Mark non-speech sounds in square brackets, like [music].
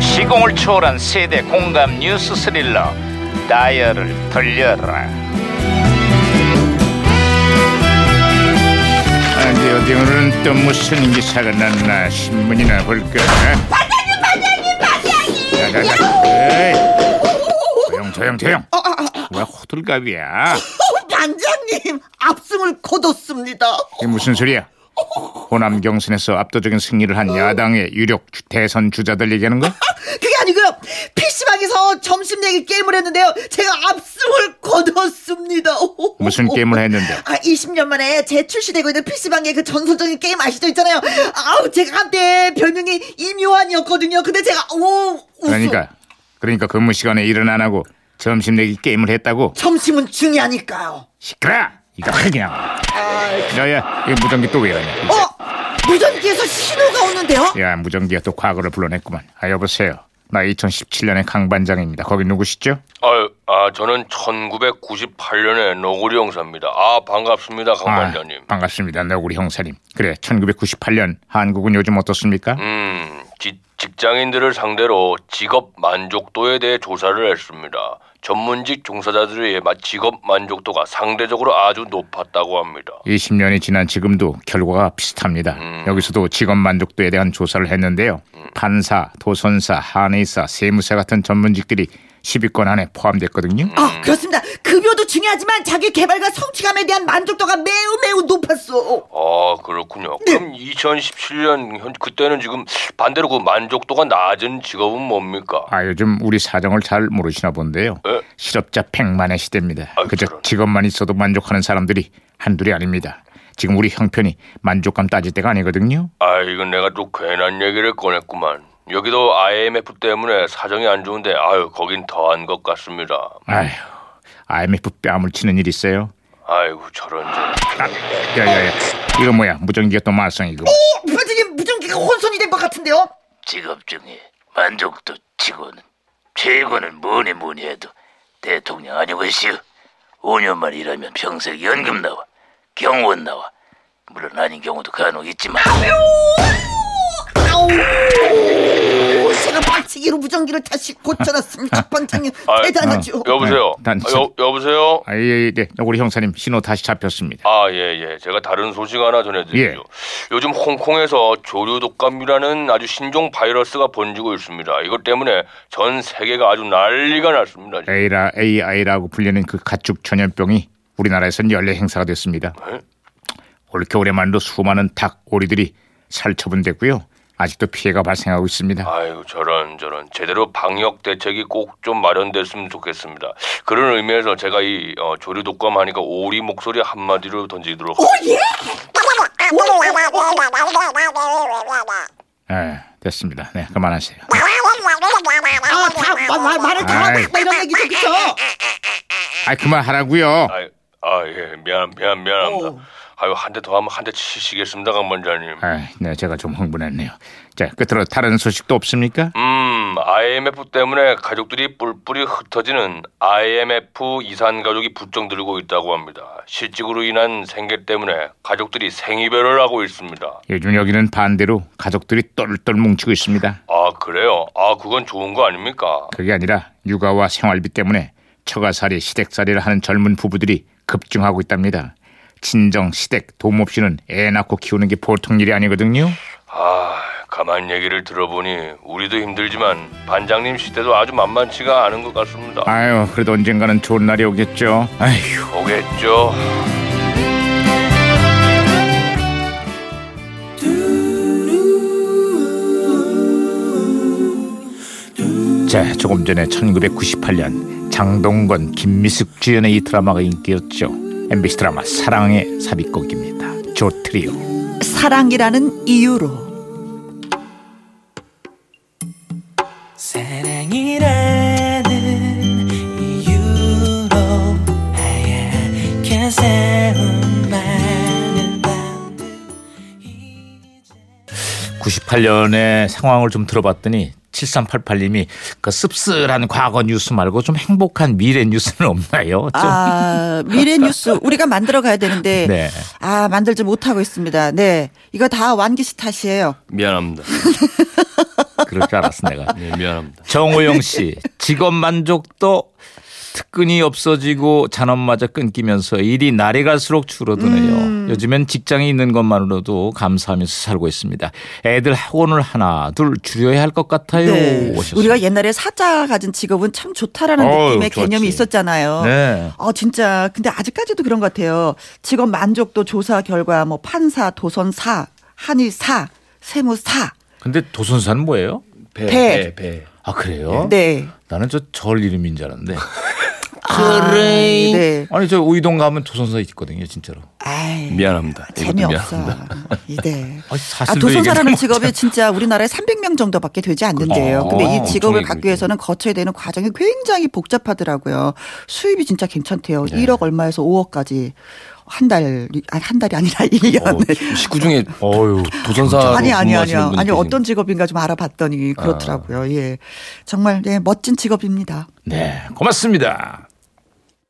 시공을 초월한 세대 공감 뉴스 스릴러 다이얼을 돌려라 어디 어디 오늘은 또 무슨 기사가 났나 신문이나 볼까 반장님 반장님 반장님 조용 조용 조용 왜 호들갑이야 반장님 앞숨을 거뒀습니다. 이게 무슨 소리야 호남 경선에서 압도적인 승리를 한 야당의 유력 주- 대선 주자들 얘기하는 거야? 그게 아니고요. PC방에서 점심 내기 게임을 했는데요. 제가 앞숨을 거뒀습니다. 무슨 게임을 했는데? 아, 20년 만에 재출시되고 있는 PC방의 그 전설적인 게임 아시죠? 있잖아요. 아우, 제가 한때 별명이 임요한이었거든요. 근데 제가, 오, 웃음. 그러니까 그러니까 근무 시간에 일은 안 하고 점심 내기 게임을 했다고 점심은 중요하니까요. 시끄러 이거 그냥 너야 이 무전기 또 왜 이러냐 어? 무전기에서 신호가 오는데요? 야 무전기가 또 과거를 불러냈구만 아 여보세요 나 2017년의 강 반장입니다 거기 누구시죠 아유, 아, 저는 1998년에 노구리 형사입니다. 아, 반갑습니다, 강 반장님. 아, 반갑습니다 너구리 형사님 그래 1998년 한국은 요즘 어떻습니까 음, 지- 직장인들을 상대로 직업 만족도에 대해 조사를 했습니다. 전문직 종사자들에 의해 마- 직업 만족도가 상대적으로 아주 높았다고 합니다. 20년이 지난 지금도 결과가 비슷합니다. 음. 여기서도 직업 만족도에 대한 조사를 했는데요. 판사, 도선사, 한의사, 세무사 같은 전문직들이 10위권 안에 포함됐거든요. 아, 그렇습니다. 급여도 중요하지만 자기 개발과 성취감에 대한 만족도가 매우 매우 높았어. 아, 그렇군요. 그럼 2017년 현 그때는 지금 반대로 그 만족도가 낮은 직업은 뭡니까? 아 요즘 우리 사정을 잘 모르시나 본데요. 에? 실업자 100만의 시대입니다. 네. 아유, 그저 그러네. 직업만 있어도 만족하는 사람들이 한둘이 아닙니다. 지금 우리 형편이 만족감 따질 때가 아니거든요. 아 이건 내가 또 괜한 얘기를 꺼냈구만. 여기도 IMF 때문에 사정이 안 좋은데 아유 거긴 더한 것 같습니다. 아휴, IMF 뺨을 치는 일 있어요. 아이고 저런 저런. 야야야, 이거 뭐야? 무전기가 또 말썽이고. 어, 부장님 무전기가 혼선이 된 것 같은데요? 직업 중에 만족도 치고는 최고는 뭐니 뭐니 해도 대통령 아니고시요 5년만 일하면 평생 연금 나와 경원 나와 물론 아닌 경우도 간혹 있지만 아우, 제가 박치기로 무전기를 다시 고쳐놨습니다. 반장님 아이, 대단하죠. 여보세요. 아이, 어? 네, 난 아, 여, 여보세요. 아예 네, 우리 형사님 신호 다시 잡혔습니다. 아 예예. 제가 다른 소식 하나 전해드리죠. 예. 요즘 홍콩에서 조류 독감이라는 아주 신종 바이러스가 번지고 있습니다. 이것 때문에 전 세계가 아주 난리가 났습니다. 지금. 에이라 AI라고 불리는 그 가축 전염병이 우리나라에선 연례 행사가 됐습니다. 에? 올 겨울에만도 수많은 닭, 오리들이 살처분됐고요. 아직도 피해가 발생하고 있습니다. 아이고 저런 저런 제대로 방역 대책이 꼭 좀 마련됐으면 좋겠습니다. 그런 의미에서 제가 이 어, 조류 독감 하니까 오리 목소리 한 마디로 던지도록 예, 됐습니다. 네, 그만하세요. 아, 다, 마, 마, 말을 다 아이. 하고 이런 얘기죠, 그쵸? 아, 그만하라고요. 아, 아, 예, 미안, 미안, 미안합니다. 오. 아유, 한 대 더 하면 한 대 치시겠습니다, 강반장님. 아, 네, 제가 좀 흥분했네요. 자, 끝으로 다른 소식도 없습니까? 음, IMF 때문에 가족들이 뿔뿔이 흩어지는 IMF 이산 가족이 부쩍 늘고 있다고 합니다. 실직으로 인한 생계 때문에 가족들이 생이별을 하고 있습니다. 요즘 여기는 반대로 가족들이 똘똘 뭉치고 있습니다. 아, 그래요? 아, 그건 좋은 거 아닙니까? 그게 아니라 육아와 생활비 때문에 처가살이 시댁살이를 하는 젊은 부부들이 급증하고 있답니다. 친정 시댁 도움 없이는 애 낳고 키우는 게 보통 일이 아니거든요. 아, 가만 얘기를 들어보니 우리도 힘들지만 반장님 시대도 아주 만만치가 않은 것 같습니다. 아유, 그래도 언젠가는 좋은 날이 오겠죠. 아휴. 오겠죠. 자, 조금 전에 1998년 장동건, 김미숙 주연의 이 드라마가 인기였죠. MBC 드라마 사랑의 삽입곡입니다. 조트리오. 사랑이라는 이유로. 사랑이라는 이유로 하얗게 새운 많은 밤들 98년의 상황을 좀 들어봤더니 7388님이 그 씁쓸한 과거 뉴스 말고 좀 행복한 미래 뉴스는 없나요? 좀. 아, 미래 뉴스 우리가 만들어 가야 되는데 네. 아, 만들지 못하고 있습니다. 네. 이거 다 완기 씨 탓이에요. 미안합니다. 그럴 줄 알았어 내가. 네, 미안합니다. 정호영 씨 직업 만족도 특근이 없어지고 잔업마저 끊기면서 일이 날이 갈수록 줄어드네요. 음. 요즘엔 직장이 있는 것만으로도 감사하면서 살고 있습니다. 애들 학원을 하나 둘 줄여야 할 것 같아요. 네. 오셨어요. 우리가 옛날에 사자 가진 직업은 참 좋다라는 어우, 느낌의 좋았지. 개념이 있었잖아요. 네. 어 진짜 근데 아직까지도 그런 것 같아요. 직업 만족도 조사 결과 뭐 판사, 도선사, 한의사, 세무사, 근데 도선사는 뭐예요? 배, 배. 배, 배. 아 그래요? 네, 나는 저 절 이름인 줄 알았는데. 아, 네. 아니 저 우이동 가면 도선사 있거든요 진짜로. 아이, 미안합니다. 이것도 재미없어. 미안합니다. 이네. [laughs] 아니, 아, 사실도 얘기하는 도선사라는 거 직업이 진짜 우리나라에 300명 정도밖에 되지 않는데요. 그렇죠. 근데 이 아, 직업을 어, 엄청나게 갖기 위해서는 거쳐야 되는 과정이 굉장히 복잡하더라고요. 수입이 진짜 괜찮대요. 네. 1억 얼마에서 5억까지 한 달, 한 달이 아니라 [laughs] 1년. 어, 식구 중에 어유 도전사 아니 아니 아니요. 아니 어떤 직업인가 좀 아. 알아봤더니 그렇더라고요. 예. 정말 네, 멋진 직업입니다. 네 고맙습니다.